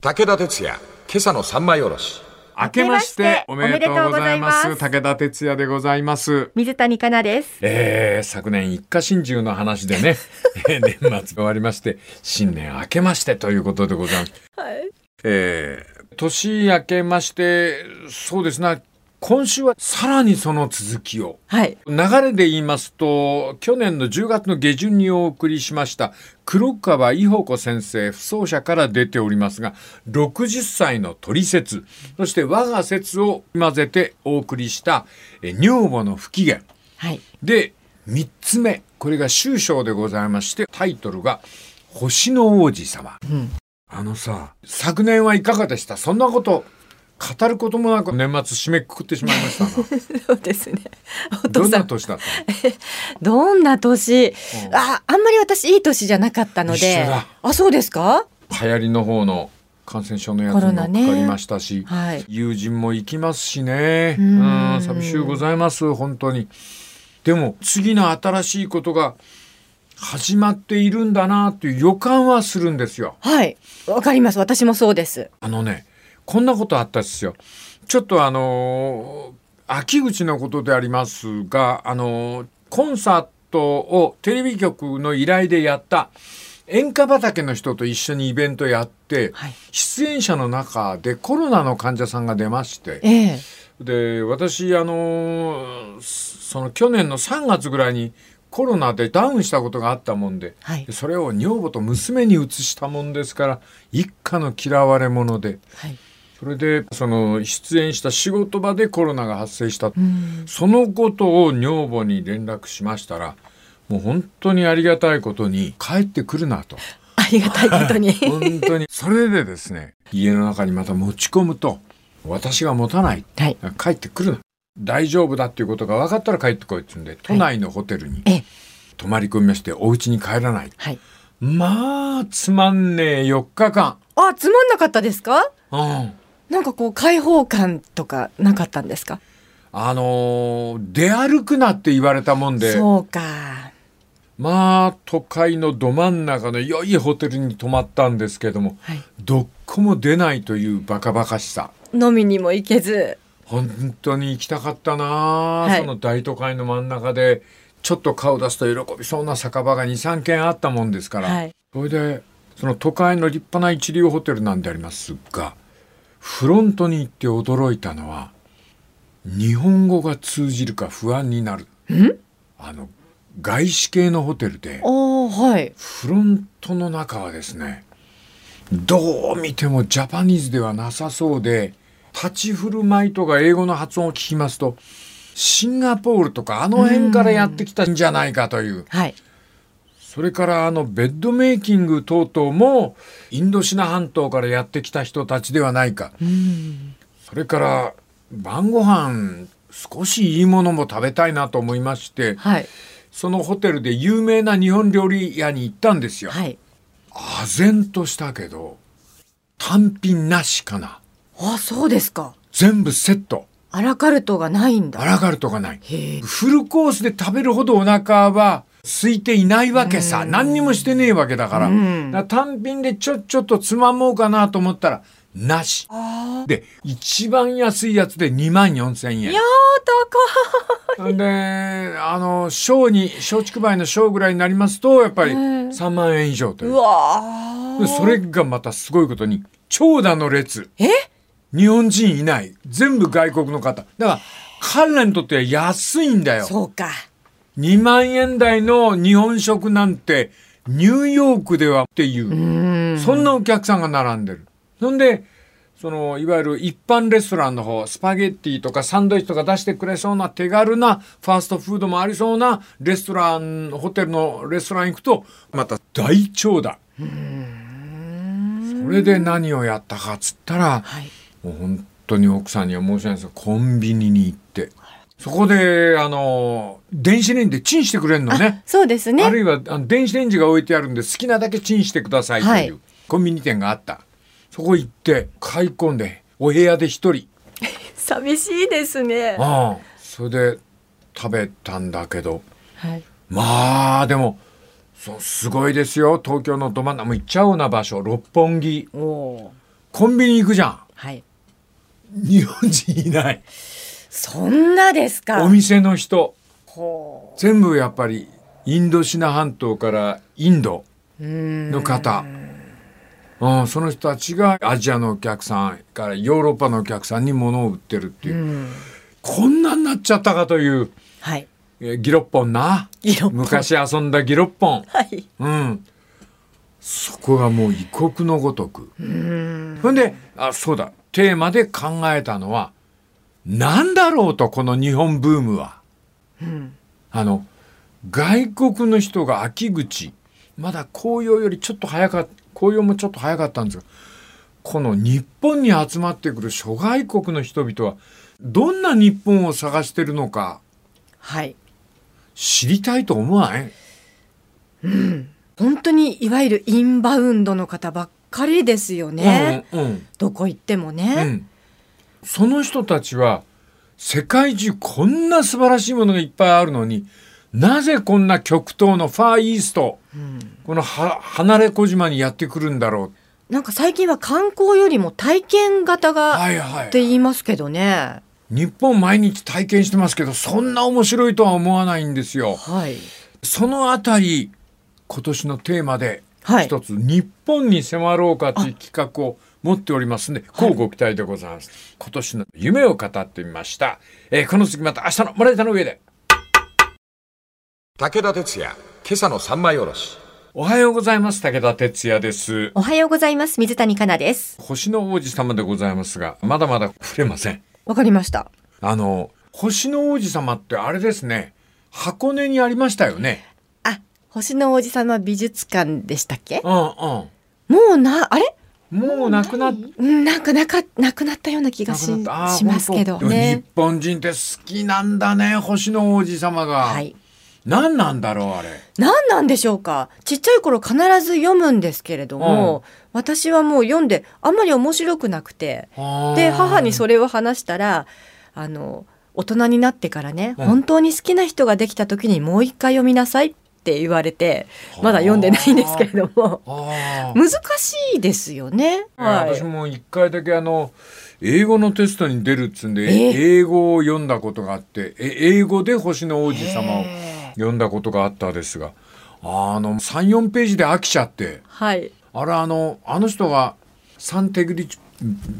武田鉄矢、今朝の三枚おろし。明けましておめでとうございますおめでとうございます武田鉄矢でございます水谷香奈です。えー、昨年一家心中の話で ねえー年末終わりまして新年明けましてということでございます、えー年明けましてそうですね今週はさらにその続きをはい。流れで言いますと去年の10月の下旬にお送りしました黒川伊保子先生不走者から出ておりますが60歳の取説そして我が説を混ぜてお送りしたえ女房の不機嫌はい。で3つ目これが終章でございましてタイトルが「星の王子様」んあのさ昨年はいかがでしたそんなこと語ることもなく年末締めくくってしまいましたなそうです ね。おど父んさ、なん年だったのどんな年、うんあ、あんまり私いい年じゃなかったの一緒でだ。あ、そうですか。流行りの方の感染症のやつにもかかりましたし、はい。友人も行きますしねううんん寂しゅうございます本当にでも次の新しいことが始まっているんだなという予感はするんですよはい。わかります。私もそうです。あのねこんなことあったんですよちょっとあのー秋口のことでありますがあのーコンサートをテレビ局の依頼でやった演歌畑の人と一緒にイベントやって、はい。出演者の中でコロナの患者さんが出ましてええ。で私あのその去年の3月ぐらいにコロナでダウンしたことがあったもんではいで。それを女房と娘に移したもんですから一家の嫌われ者ではい。それでその出演した仕事場でコロナが発生したうん。そのことを女房に連絡しましたらもう本当にありがたいことに帰ってくるなと。ありがたいことに。本当にそれでですね家の中にまた持ち込むと私が持たない はい。帰ってくるな大丈夫だっていうことが分かったら帰ってこいって言うんで都内のホテルにええ泊まり込みましてお家に帰らないはい。まあつまんねえ4日間あ、つまんなかったですか。うんなんかこう開放感とかなかったんですか。あのー出歩くなって言われたもんでそうか。まあ都会のど真ん中の良いホテルに泊まったんですけどもはい。どっこも出ないというバカバカしさ飲みにも行けず。本当に行きたかったな、いその大都会の真ん中でちょっと顔出すと喜びそうな酒場が23軒あったもんですから、はい。それでその都会の立派な一流ホテルなんでありますがフロントに行って驚いたのは日本語が通じるか不安になるん。あの外資系のホテルでおお、はい。フロントの中はですねどう見てもジャパニーズではなさそうで立ち振る舞いとか英語の発音を聞きますとシンガポールとかあの辺からやってきたんじゃないかというはい。それからあのベッドメイキング等々もインドシナ半島からやってきた人たちではないかうん。それから晩ご飯少しいいものも食べたいなと思いましてはい。そのホテルで有名な日本料理屋に行ったんですよ。はい。唖然としたけど単品なしかなあ、そうですか。全部セットアラカルトがないんアだ。ラカルトがないへえ。フルコースで食べるほどお腹は空いていないわけさ何にもしてねえわけだからうんだから単品でちょちょっとつまもうかなと思ったらなしあで一番安いやつで2万4千円いやであの小に松竹梅の小ぐらいになりますとやっぱりうん3万円以上とーい高。ううわでーそれ。がまたすごいことに長蛇の列え日本人いない全部外国の方だから彼らにとっては安いんだよそうか。 2万円台の日本食なんてニューヨークではっていう、うんそんなお客さんが並んでるそんでそのいわゆる一般レストランの方スパゲッティとかサンドイッチとか出してくれそうな手軽なファーストフードもありそうなレストランホテルのレストラン行くとまた大長蛇それで何をやったかっつったらはい。もう本当に奥さんには申し訳ないんですがコンビニに行ってそこであの電子レンジでチンしてくれるのねそうですね。あるいはあの電子レンジが置いてあるんで好きなだけチンしてくださいという、はいコンビニ店があったそこ行って買い込んでお部屋で一人寂しいですね。ああそれで食べたんだけどはい。まあでもそうすごいですよ東京のど真ん中もう行っちゃおうな場所六本木おお。コンビニ行くじゃはい。ん日本人いないそんなですか。お店の人ほ全部やっぱりインドシナ半島からインドう。うーん。の方うん、その人たちがアジアのお客さんからヨーロッパのお客さんに物を売ってるっていう、こんなになっちゃったかというはい。えーギロッポンなギロッポン昔遊んだギロッポンはい。うんそこがもう異国のごとくほんであそうだテーマで考えたのは何だろうとこの日本ブームは、あの外国の人が秋口まだ紅葉よりちょっと早かった紅葉もちょっと早かったんですがこの日本に集まってくる諸外国の人々はどんな日本を探してるのかはい。知りたいと思わない本当にいわゆるインバウンドの方ばっかりですよね。うんうんどこ行ってもね。うん、その人たちは世界中こんな素晴らしいものがいっぱいあるのになぜこんな極東のファーイースト、このは離れ小島にやってくるんだろなんか最近は観光よりも体験型うがはっいはてい言いますけどね。日本毎日体験してますけどそんな面白いとは思わないんですよはい。そのあたり今年のテーマではい一つ、日本に迫ろうかという企画を持っておりますんでこうご期待でございます、今年の夢を語ってみました、えーこの次また明日の「もらえたの上で」武田鉄矢、今朝の三枚おろし。おはようございます。武田哲也です。おはようございます。水谷香奈です。星の王子様でございますが、まだまだ触れません。わかりました。あの、星の王子様ってあれですね、箱根にありましたよね。あ、星の王子様美術館でしたっけうんうもうな、あれん。もうなくなっうんなんかなか、なくなったような気がしなくなったあーしますけど本当でも日ね。本人って好きなんだね、星の王子様が。はい。何なんだろう、あれ。何なんでしょうかちっちゃい頃必ず読むんですけれども、私はもう読んであんまり面白くなくてで母にそれを話したらあの大人になってからね、うん本当に好きな人ができた時にもう一回読みなさいって言われてはあまだ読んでないんですけれどもあー難しいですよね。は私い、も一回だけあの英語のテストに出るっつうんで、え英語を読んだことがあってえ英語で「星の王子様」を読んだことがあったですがあの34ページで飽きちゃってはい、あれあのあの人がサンテグリチ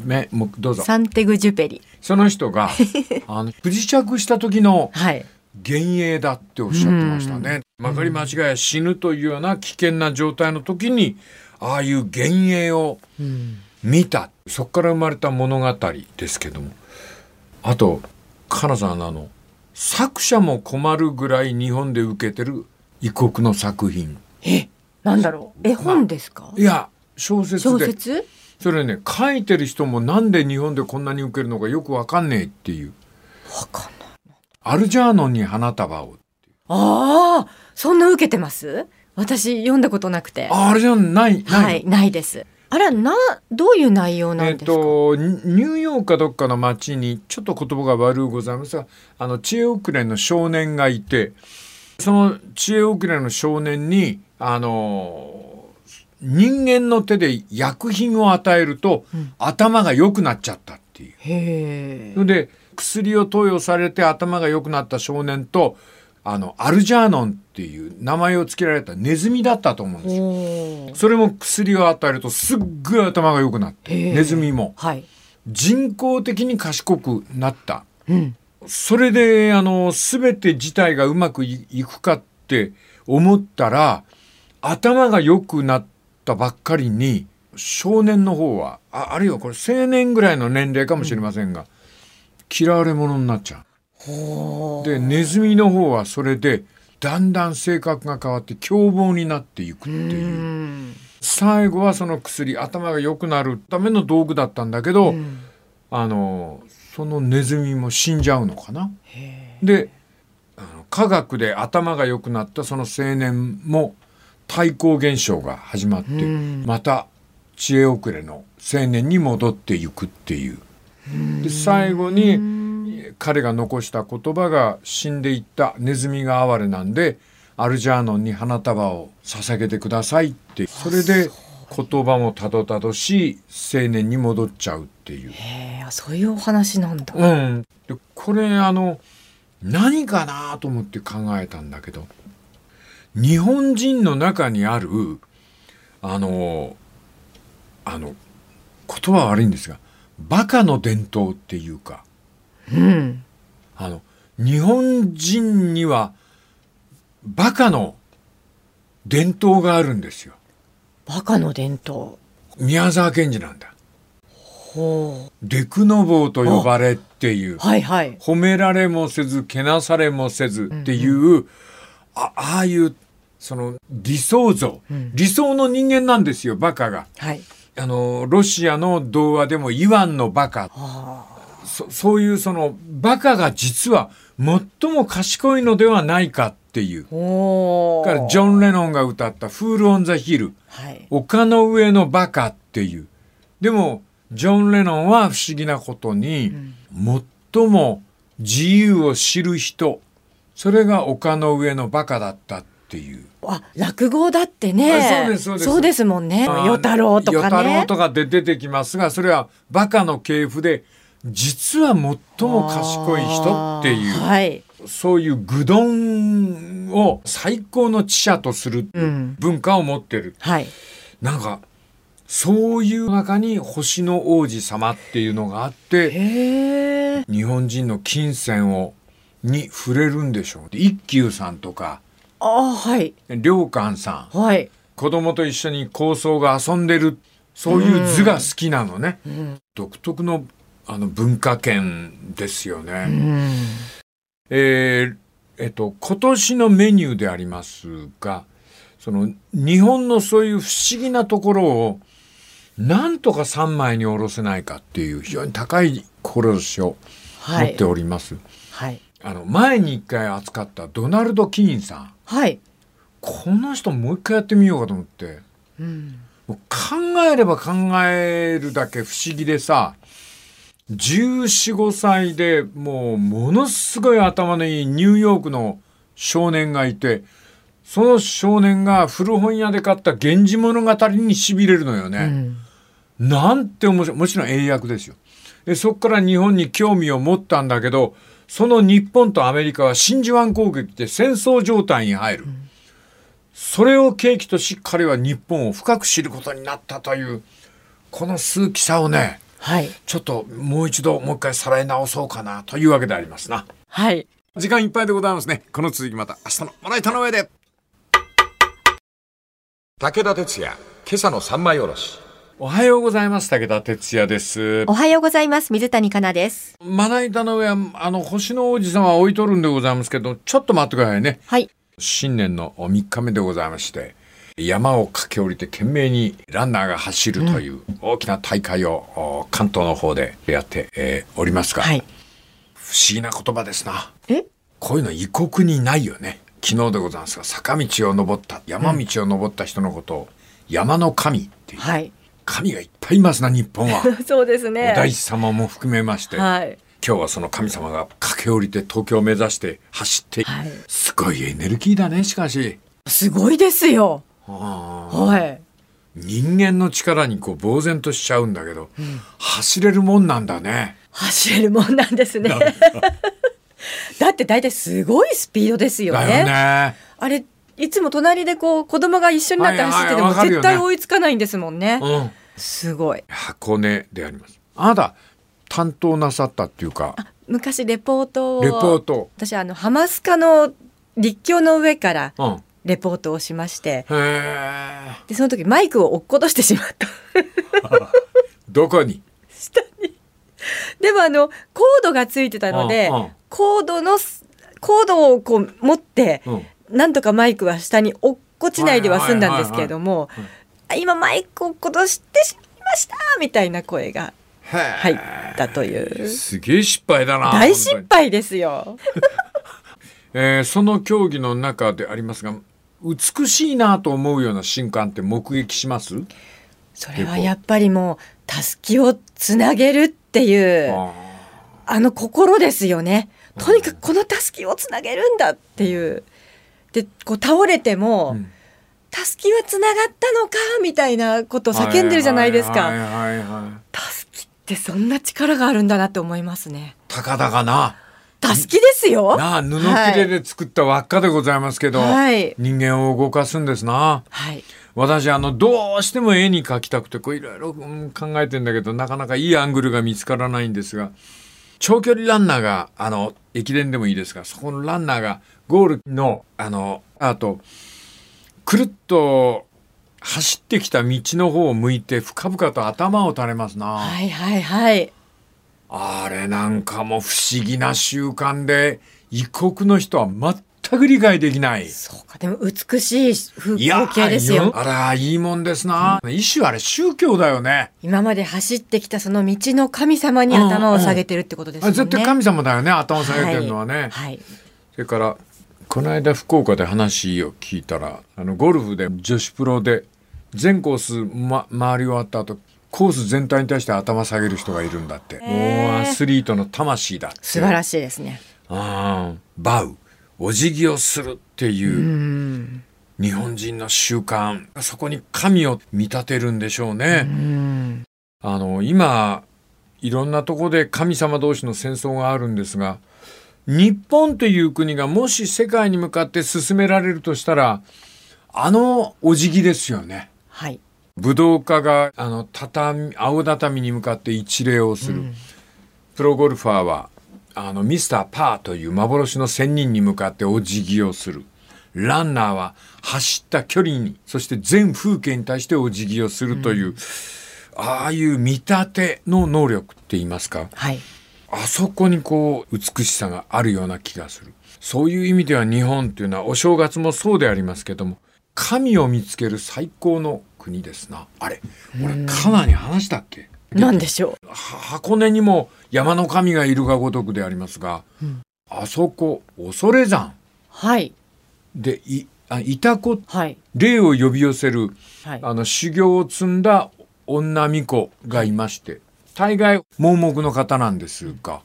めもうどうぞサンテグ・ジュペリ、その人 があの不時着した時のはい、幻影だっておっしゃってましたね。曲がり間違いや死ぬというような危険な状態の時にああいう幻影を見た、そこから生まれた物語ですけどもあとカナさんのあの作者も困るぐらい日本で受けてる異国の作品なんだろう絵本ですか、いや小説小で説それね書いてる人もなんで日本でこんなに受けるのかよくわかんねえっていうわかんないアルジャーノンに花束をああ、そんな受けてます私読んだことなくて。ああれじゃないないの、はい、ないです。あれはな、どういう内容なえんっですか、と、ニニューヨークかどっかの町にちょっと言葉が悪うございますがあの知恵遅れの少年がいてその知恵遅れの少年にあの人間の手で薬品を与えると、頭が良くなっちゃったっていう。へそれで薬を投与されて頭が良くなった少年とあのアルジャーノンっていう名前を付けられたネズミだったと思うんですえ。よ。おーそれも薬を与えるとすっごい頭が良くなってへえネズミも。はい。人工的に賢くなったうん。それであの全て自体がうまくいいくかって思ったら頭が良くなったばっかりに少年の方はああるいはこれ青年ぐらいの年齢かもしれませんが、嫌われ者になっちゃう。でネズミの方はそれでだんだん性格が変わって凶暴になっていくっていう。うん。最後はその薬頭が良くなるための道具だったんだけど、んあのそのネズミも死んじゃうのかな。であの科学で頭が良くなったその青年も対抗現象が始まって、また知恵遅れの青年に戻っていくっていう。で最後に彼が残した言葉が死んでいったネズミが哀れなんでアルジャーノンに花束を捧げてくださいってそれで言葉もたどたどしい青年に戻っちゃうっていう。へえあそういうお話なんだ、うん、でこれあの何かなと思って考えたんだけど日本人の中にあるあのあの言葉は悪いんですがバカの伝統っていうかうん、あの日本人にはバカの伝統があるんですよバカの伝統宮沢賢治なんだほうデクノボーと呼ばれっていうはいはい褒められもせずけなされもせずっていう、あああいうその理想像、うん理想の人間なんですよバカがはいあのロシアの童話でもイワンのバカあそそういうそのバカが実は最も賢いのではないかっていうーおだーからジョン・レノンが歌った「フール・オン・ザ・ヒル」はい丘の上のバカっていう。でも、ジョン・レノンは不思議なことに、最も自由を知る人、それが丘の上のバカだったっていう。あ落語だってねあそうですそうですもんねあー与太郎とか与太郎ねとかで出てきますが、それはバカの系譜で、実は最も賢い人っていう、あーはいそういう愚鈍を最高の知者とするうん文化を持ってる。はいなんか、そういう中に星の王子様っていうのがあって、へえ日本人の金銭を、に触れるんでしょう。一休さんとか、あーはい良寛さん、はい子供と一緒に高僧が遊んでる、そういう図が好きなのね。独特の、あの、文化圏ですよね。うんえーえっと、今年のメニューでありますが、その、日本のそういう不思議なところを、なんとか3枚に下ろせないかっていう、非常に高い志をは持いっております。はいあの、前に一回扱ったドナルド・キーンさん。はいこの人もう一回やってみようかと思って。うんもう考えれば考えるだけ不思議でさ、14、5歳でもうものすごい頭のいいニューヨークの少年がいて、その少年が古本屋で買った源氏物語に痺れるのようね。んなんて面白い。もちろん英訳ですよ。でそこから日本に興味を持ったんだけど、その日本とアメリカは真珠湾攻撃で戦争状態に入る。それを契機とし、彼は日本を深く知ることになったという、この数奇さをね、はいちょっともう一度、もう一回さらい直そうかなというわけでありますな。はい時間いっぱいでございますね。この続きまた明日のまな板の上で。武田鉄矢、今朝の三枚おろし。おはようございます。武田哲也です。おはようございます水谷香奈ですまな板の上は、あの、星の王子様は置いとるんでございますけど、ちょっと待ってくださいね。はい新年の3日目でございまして、山を駆け下りて懸命にランナーが走るという大きな大会を、お関東の方でやって、えーおりますが、はい不思議な言葉ですな。えこういうの異国にないよね。昨日でございますが、坂道を登った、山道を登った人のことを、山の神っていう、はい神がいっぱいいますな、日本は。 そうですおね大師様も含めまして、はい今日はその神様が駆け下りて東京を目指して走って、はいすごいエネルギーだね、しかし。すごいですよあーはい人間の力にこう呆然としちゃうんだけど、走れるもんなんだね。走れるもんなんですね。だって大体すごいスピードですよだね。よね。あれいつも隣でこう子供が一緒になって走ってはていはいわもかるよ絶ね対追いつかないんですもんね。うん。すごい。箱根であります。あなた、担当なさったっていうか、昔レポートをレポート。私あのハマスカの立教の上からうん。レポートをしましてへえ。でその時マイクを落っことしてしまった。 どこにでもあのコードがついてたのでうんうんコードのコードをこう持って、うん。なんとかマイクは下に落っこちないでは済んだんですけれどもいはいはいあ今マイクを落としてしまいましたみたいな声がは入ったというすげえ失敗だな。大失本敗ですよ。当にえーその競技の中でありますが、美しいなと思うような瞬間って目撃しますそれはやっぱりもうたすきをつなげるっていうあーあの心ですよね。とにかくこのたすきをつなげるんだっていう。でこう倒れても、うんたすきはつながったのかみたいなことを叫んでるじゃないですはいか。はいはいはいたすきってそんな力があるんだなって思いますね。たかだかな。たすきですよ。なあ布切れはい。で作った輪っかでございますけど、はい人間を動かすんですな。はい私あのどうしても絵に描きたくてこういろいろうん考えてんだけどなかなかいいアングルが見つからないんですが長距離ランナーがあの駅伝でもいいですがそこのランナーがゴールのあのアートをくるっと走ってきた道の方を向いて深々と頭を垂れますな、はいはいはい。あれなんかも不思議な習慣で異国の人は全く理解できない。そうかでも美しい風いや光景ですよ。あら、いいもんですな。一種あれ宗教だよね。今まで走ってきたその道の神様に頭を下げてるってことですあよね。絶対神様だよね、頭下げてるのはね。はい。それから、この間福岡で話を聞いたら、あの、ゴルフで女子プロで全コース、ま、回り終わった後、コース全体に対して頭下げる人がいるんだって。ーもうアスリートの魂だって。素晴らしいですね。ああ、バウ、お辞儀をするっていう、日本人の習慣、そこに神を見立てるんでしょうね。あの、今、いろんなとこで神様同士の戦争があるんですが、日本という国がもし世界に向かって進められるとしたら、あのお辞儀ですよね。はい。武道家があの畳青畳に向かって一礼をする、プロゴルファーはあのミスターパーという幻の仙人に向かってお辞儀をするランナーは走った距離にそして全風景に対してお辞儀をするという、ああいう見立ての能力って言いますかはい。あそこにこう美しさがあるような気がするそういう意味では日本というのはお正月もそうでありますけども神を見つける最高の国ですなあれ俺カナに話したっけなんでしょう。は箱根にも山の神がいるがごとくでありますが、あそこ恐山はい。でいあいたこはい。霊を呼び寄せるはい。あの修行を積んだ女巫女がいまして大概盲目の方なんですが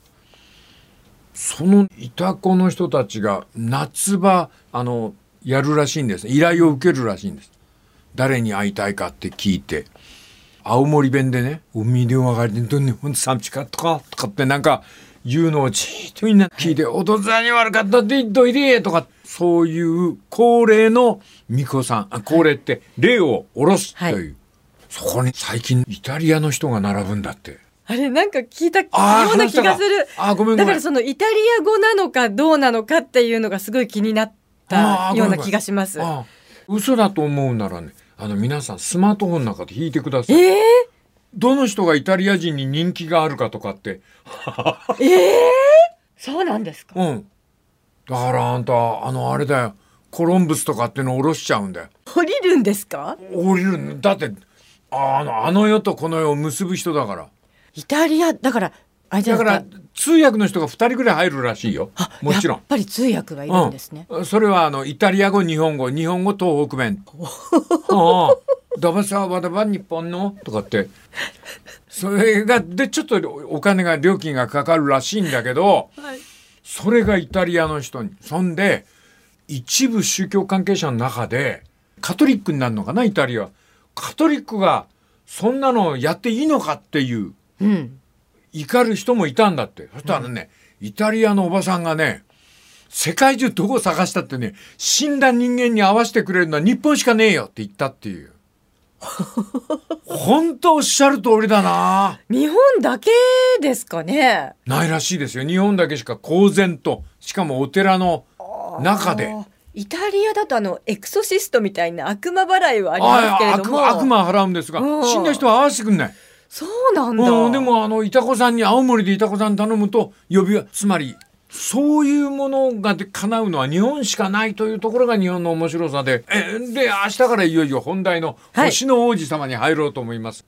そのいたこの人たちが夏場あのやるらしいんです依頼を受けるらしいんです誰に会いたいかって聞いて青森弁でね「お見でお上がりでどんなほんと寂しかったか」とかってなんか言うのをじーっとみんな聞いて「お父さんに悪かったって言っといで」とかそういう高齢の巫女さんあ高齢って霊を下ろすという、はいそこに最近イタリアの人が並ぶんだって。あれなんか聞いたよあーうな気が話すしるた。かあーごめんごめんだからそのイタリア語なのかどうなのかっていうのがすごい気になったあーごめんようごめなん気がします。ああ嘘だと思うならねあの皆さんスマートフォンの中で弾いてください。ええどの人がイタリア人に人気があるかとかってええそうなんですか。うん。だからあんた、あの、あれだよ。コロンブスとかってのを下ろしちゃうんだよ。降りるんですか。降りるんだって、ああの、あの世とこの世を結ぶ人だから。イタリアだからあれじゃだなかいですら、通訳の人が2人ぐらい入るらしいよあ。もちろんやっ。ぱり通訳がいるんですね。うん、それはあのイタリア語日本語日本語東北弁「ああダバサワダバ日本の」とかってそれがでちょっとお金が料金がかかるらしいんだけど、はいそれがイタリアの人にそんで一部宗教関係者の中でカトリックになるのかなイタリアカトリックがそんなのやっていいのかっていううん。怒る人もいたんだって。そしたらね、イタリアのおばさんがね、世界中どこ探したってね、死んだ人間に合わせてくれるのは日本しかねえよって言ったって いう。本当おっしゃる通りだな。日本だけですかね。ないらしいですよ。日本だけしか公然と、しかもお寺の中で。あーイタリアだとあのエクソシストみたいな悪魔払いはありますけああれど悪も魔悪魔払うんですがう、ん死んだ人は合わせてくんない。そうなんだ、うん、でもあのいたこさんに青森でいたこさん頼むと呼びつまりそういうものがで叶うのは日本しかないというところが日本の面白さでえで明日からいよいよ本題の「はい星の王子様」に入ろうと思います、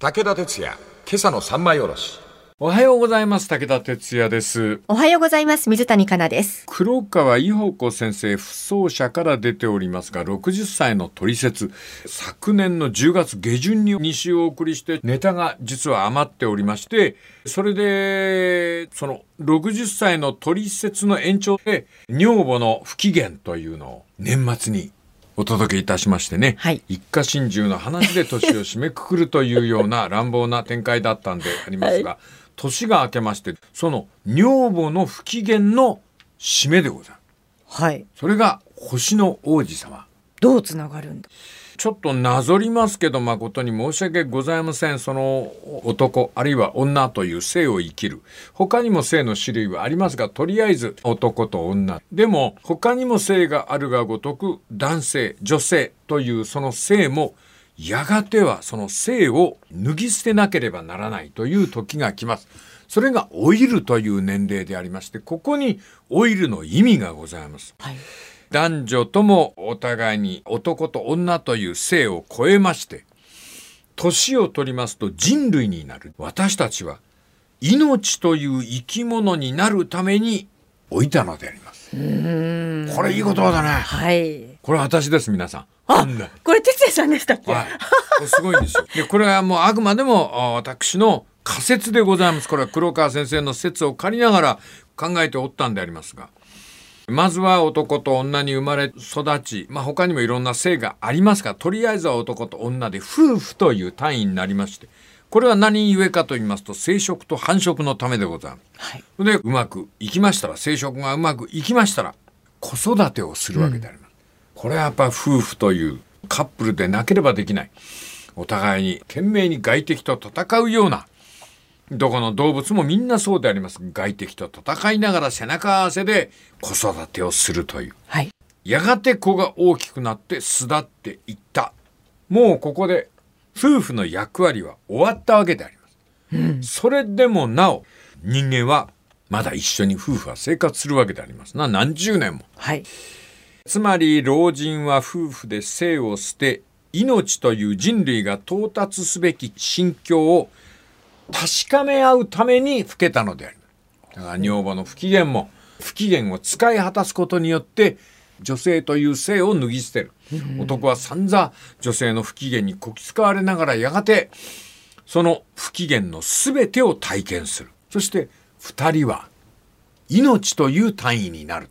武田鉄矢、今朝の三枚おろし。おはようございます武田鉄矢ですおはようございます水谷香奈です黒川伊保子先生不走者から出ておりますが60歳の取説昨年の10月下旬に2週お送りしてネタが実は余っておりましてそれでその60歳の取説の延長で女房の不機嫌というのを年末にお届けいたしましてね、はい一家心中の話で年を締めくくるというような乱暴な展開だったんでありますが、年が明けましてその女房の不機嫌の締めでござるはい。それが星の王子様どうつながるんだ。ちょっとなぞりますけど誠に申し訳ございませんその男あるいは女という性を生きる他にも性の種類はありますがとりあえず男と女でも他にも性があるがごとく男性女性というその性もやがてはその性を脱ぎ捨てなければならないという時が来ます。それが老いるという年齢でありましてここに老いるの意味がございます。はい。男女ともお互いに男と女という性を超えまして年を取りますと人類になる私たちは命という生き物になるために老いたのでありますこれいい言葉だねはい。これ私です皆さんあんなこれ哲也さんでしたっけ。はいこれすごいんですよでこれはもうあくまでもあ私の仮説でございますこれは黒川先生の説を借りながら考えておったんでありますがまずは男と女に生まれ育ち、まあ、他にもいろんな性がありますがとりあえずは男と女で夫婦という単位になりましてこれは何故かと言いますと生殖と繁殖のためでございます。はい。でうまくいきましたら生殖がうまくいきましたら子育てをするわけであります、これはやっぱ夫婦というカップルでなければできないお互いに懸命に外敵と戦うようなどこの動物もみんなそうであります外敵と戦いながら背中合わせで子育てをするというはい。やがて子が大きくなって巣立っていったもうここで夫婦の役割は終わったわけであります、それでもなお人間はまだ一緒に夫婦は生活するわけでありますな何十年もはい。つまり老人は夫婦で生を捨て命という人類が到達すべき心境を確かめ合うために老けたのであるだから女房の不機嫌も不機嫌を使い果たすことによって女性という性を脱ぎ捨てる男は散々女性の不機嫌にこき使われながらやがてその不機嫌の全てを体験するそして2人は命という単位になる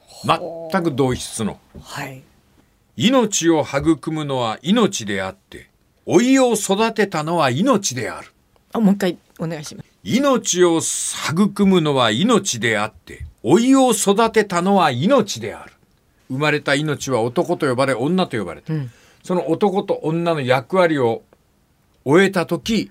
全く同質のはい。命を育むのは命であって老いを育てたのは命であるあ、もう一回お願いします。命を育むのは命であって老いを育てたのは命である生まれた命は男と呼ばれ女と呼ばれた、その男と女の役割を終えた時、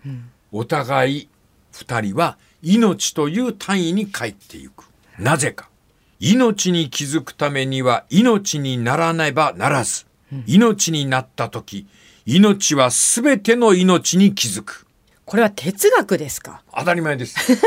お互い二人は命という単位に帰ってゆくなぜか命に気づくためには命にならねばならず、命になった時命は全ての命に気づくこれは哲学ですか。当たり前です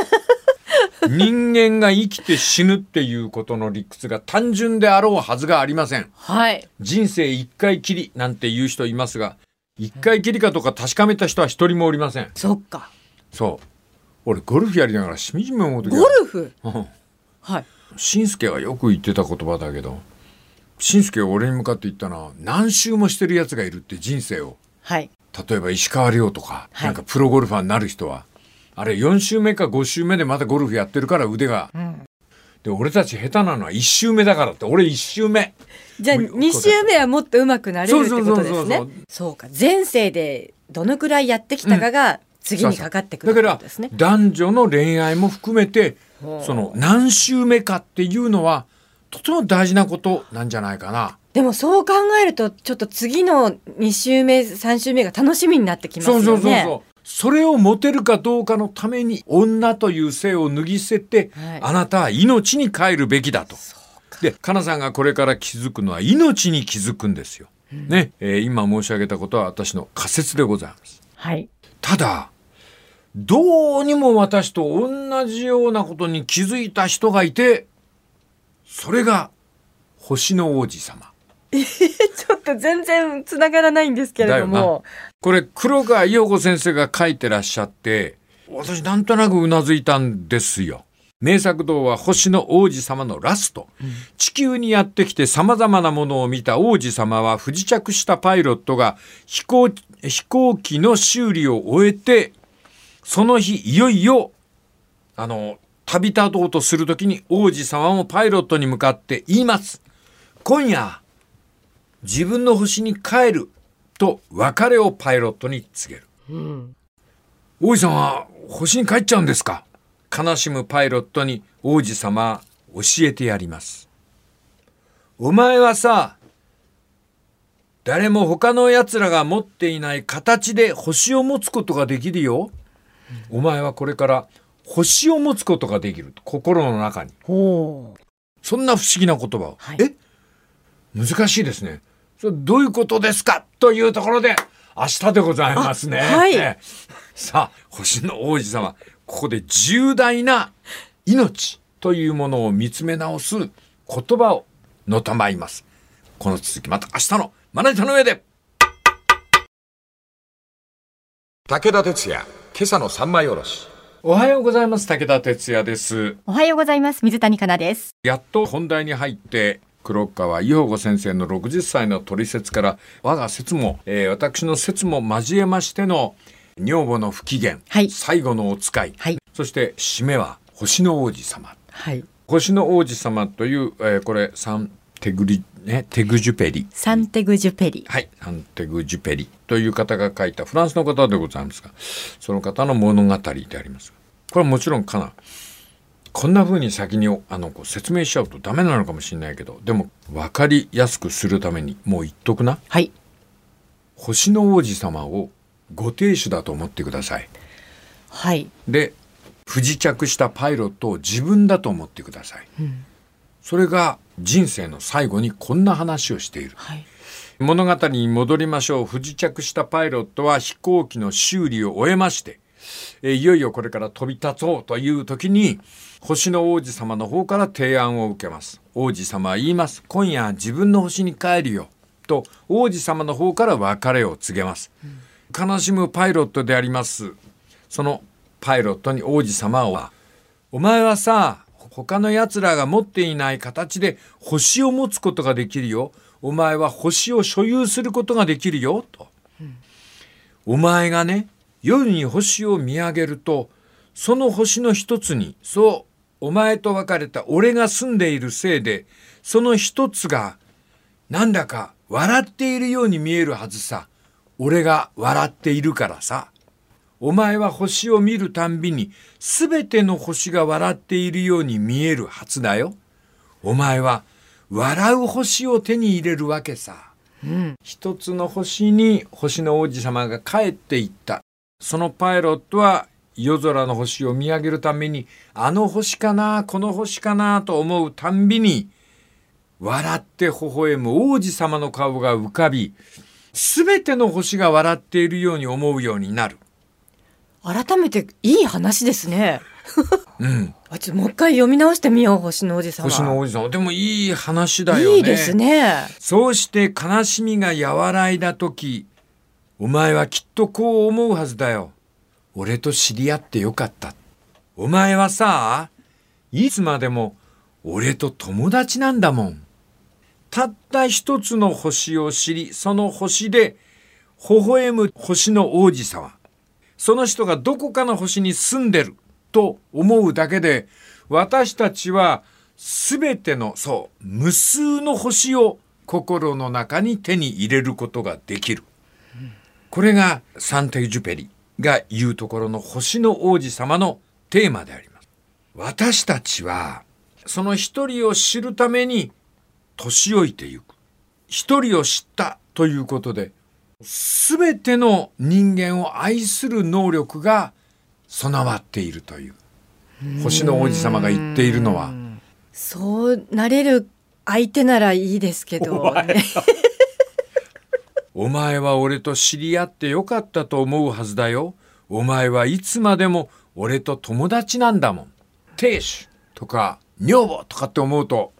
人間が生きて死ぬっていうことの理屈が単純であろうはずがありませんはい。人生一回きりなんて言う人いますが一回きりかとか確かめた人は一人もおりませんそっか。そう俺ゴルフやりながらしみじみ思う時あゴるルフ。うんはい。紳助がよく言ってた言葉だけど紳助が俺に向かって言ったのは何周もしてるやつがいるって人生をはい。例えば石川遼とか、はいなんかプロゴルファーになる人はあれ4周目か5周目でまたゴルフやってるから腕が、で俺たち下手なのは1周目だからって俺1周目じゃあもう一個二週目はもっと上手くなれるってことですそねうそうそうそう。そうか。前世でどのくらいやってきたかが次にかかってくるだってかこらとですね。男女の恋愛も含めてその何周目かっていうのはとても大事なことなんじゃないかな。でもそう考えるとちょっと次の二週目三週目が楽しみになってきますよそうね。そうそうそう。それを持てるかどうかのために女という性を脱ぎ捨てて、はいあなたは命に帰るべきだと。そうか。で、かなさんがこれから気づくのは命に気づくんですよ。ね、えー今申し上げたことは私の仮説でございます。はい。ただ、どうにも私と同じようなことに気づいた人がいて、それが星の王子様。ちょっと全然つながらないんですけれども。これ黒川陽子先生が書いてらっしゃって私なんとなくうなずいたんですよ。名作堂は星の王子様のラスト、地球にやってきて様々なものを見た王子様は不時着したパイロットが飛行飛行機の修理を終えてその日いよいよあの旅立とうとするときに王子様もパイロットに向かって言います今夜自分の星に帰ると別れをパイロットに告げる。王子さんは星に帰っちゃうんですか悲しむパイロットに王子様教えてやります。お前はさ、誰も他の奴らが持っていない形で星を持つことができるよ。お前はこれから星を持つことができる。心の中に。ほう。そんな不思議な言葉を。はいえ難しいですね。それどういうことですかというところで、明日でございますね。あはいねさあ、星の王子様、ここで重大な命というものを見つめ直す言葉をのたまいます。この続き、また明日のまな板の上で。武田鉄矢、今朝の三枚おろし。おはようございます。武田鉄矢です。おはようございます。水谷香奈です。やっと本題に入って黒川伊保子先生の60歳の取説から我が説も、えー私の説も交えましての女房の不機嫌、はい最後のお使い、はいそして締めは星の王子様はい。星の王子様という、えーこれサンテグリ、ね、テグジュペリサンテグジュペリ。はい、アンテグ・ジュペリという方が書いたフランスの方でございますがその方の物語でありますこれはもちろんかなこんな風に先にあのこう説明しちゃうとダメなのかもしれないけどでも分かりやすくするためにもう言っとくなはい。星の王子様をご亭主だと思ってくださいはい。で不時着したパイロットを自分だと思ってください、それが人生の最後にこんな話をしているはい。物語に戻りましょう不時着したパイロットは飛行機の修理を終えましてえーいよいよこれから飛び立とうという時に星の王子様の方から提案を受けます王子様は言います今夜自分の星に帰るよと王子様の方から別れを告げます、悲しむパイロットでありますそのパイロットに王子様はお前はさ、他の奴らが持っていない形で星を持つことができるよ。お前は星を所有することができるよ。と。お前がね、夜に星を見上げると、その星の一つに、そう、お前と別れた俺が住んでいるせいで、その一つが、なんだか笑っているように見えるはずさ。俺が笑っているからさ。お前は星を見るたんびに、すべての星が笑っているように見えるはずだよ。お前は、笑う星を手に入れるわけさ。一つの星に星の王子様が帰っていった。そのパイロットは夜空の星を見上げるために、あの星かな、この星かなと思うたんびに、笑って微笑む王子様の顔が浮かび、すべての星が笑っているように思うようになる。改めていい話ですね。うん。 あちょっともう一回読み直してみよう星の王子様。星の王子さんでもいい話だよねいいですね。そうして悲しみが和らいだ時お前はきっとこう思うはずだよ俺と知り合ってよかったお前はさいつまでも俺と友達なんだもんたった一つの星を知りその星で微笑む星の王子様その人がどこかの星に住んでると思うだけで、私たちは全ての、そう、無数の星を心の中に手に入れることができる。これがサンテ・ジュペリが言うところの星の王子様のテーマであります。私たちは、その一人を知るために年老いてゆく。一人を知ったということで、すべての人間を愛する能力が備わっているという星の王子様が言っているのはそうなれる相手ならいいですけど、ね、 「お前は俺と知り合ってよかったと思うはずだよお前はいつまでも俺と友達なんだもん」「亭主」とか「女房」とかって思うと、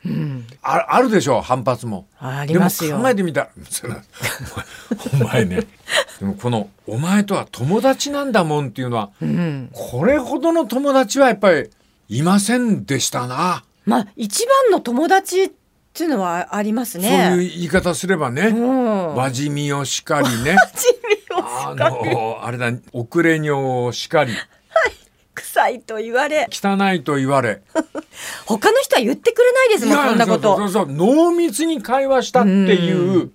ああるでしょう反発も。ありますでよも考。えてみたら 「それお前お前ね」でもこの「お前とは友達なんだもん」っていうのはうん、これほどの友達はやっぱりいませんでしたな。まあ一番の友達っていうのはありますね。そういう言い方すればね。うん輪じみをしかり ね。地味をあの、あれだ、遅れ女をしかり、臭いと言われ汚いと言われ。他の人は言ってくれないですもんいやそんなこそとうそうそうそう濃密に会話したっていう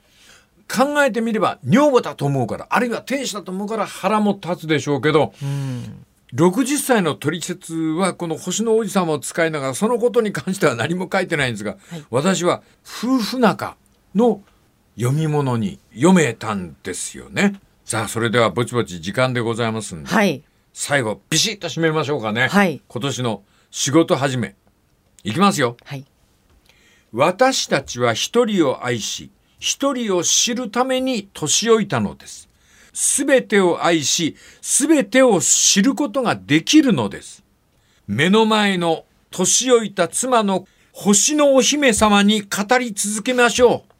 考えてみれば女房だと思うからあるいは亭主だと思うから腹も立つでしょうけど、60歳の取説はこの星の王子様を使いながらそのことに関しては何も書いてないんですが、私は夫婦仲の読み物に読めたんですよね。さあそれではぼちぼち時間でございますんで、はい最後ビシッと締めましょうかね。はい今年の仕事始めいきますよ。はい私たちは一人を愛し、一人を知るために年老いたのです。すべてを愛し、すべてを知ることができるのです。目の前の年老いた妻の星のお姫様に語り続けましょう。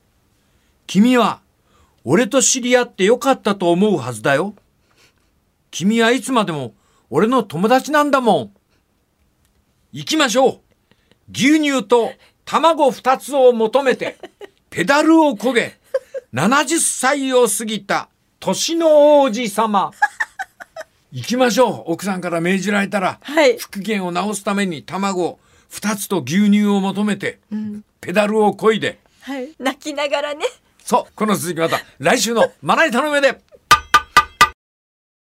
君は、俺と知り合ってよかったと思うはずだよ。君はいつまでも俺の友達なんだもん。行きましょう牛乳と卵2つを求めて、ペダルをこげ、70歳を過ぎた年の王子様。行きましょう奥さんから命じられたら、はい復元を直すために卵2つと牛乳を求めて、ペダルをこいで、はい泣きながらねそうこの続きまた来週のまな板の上で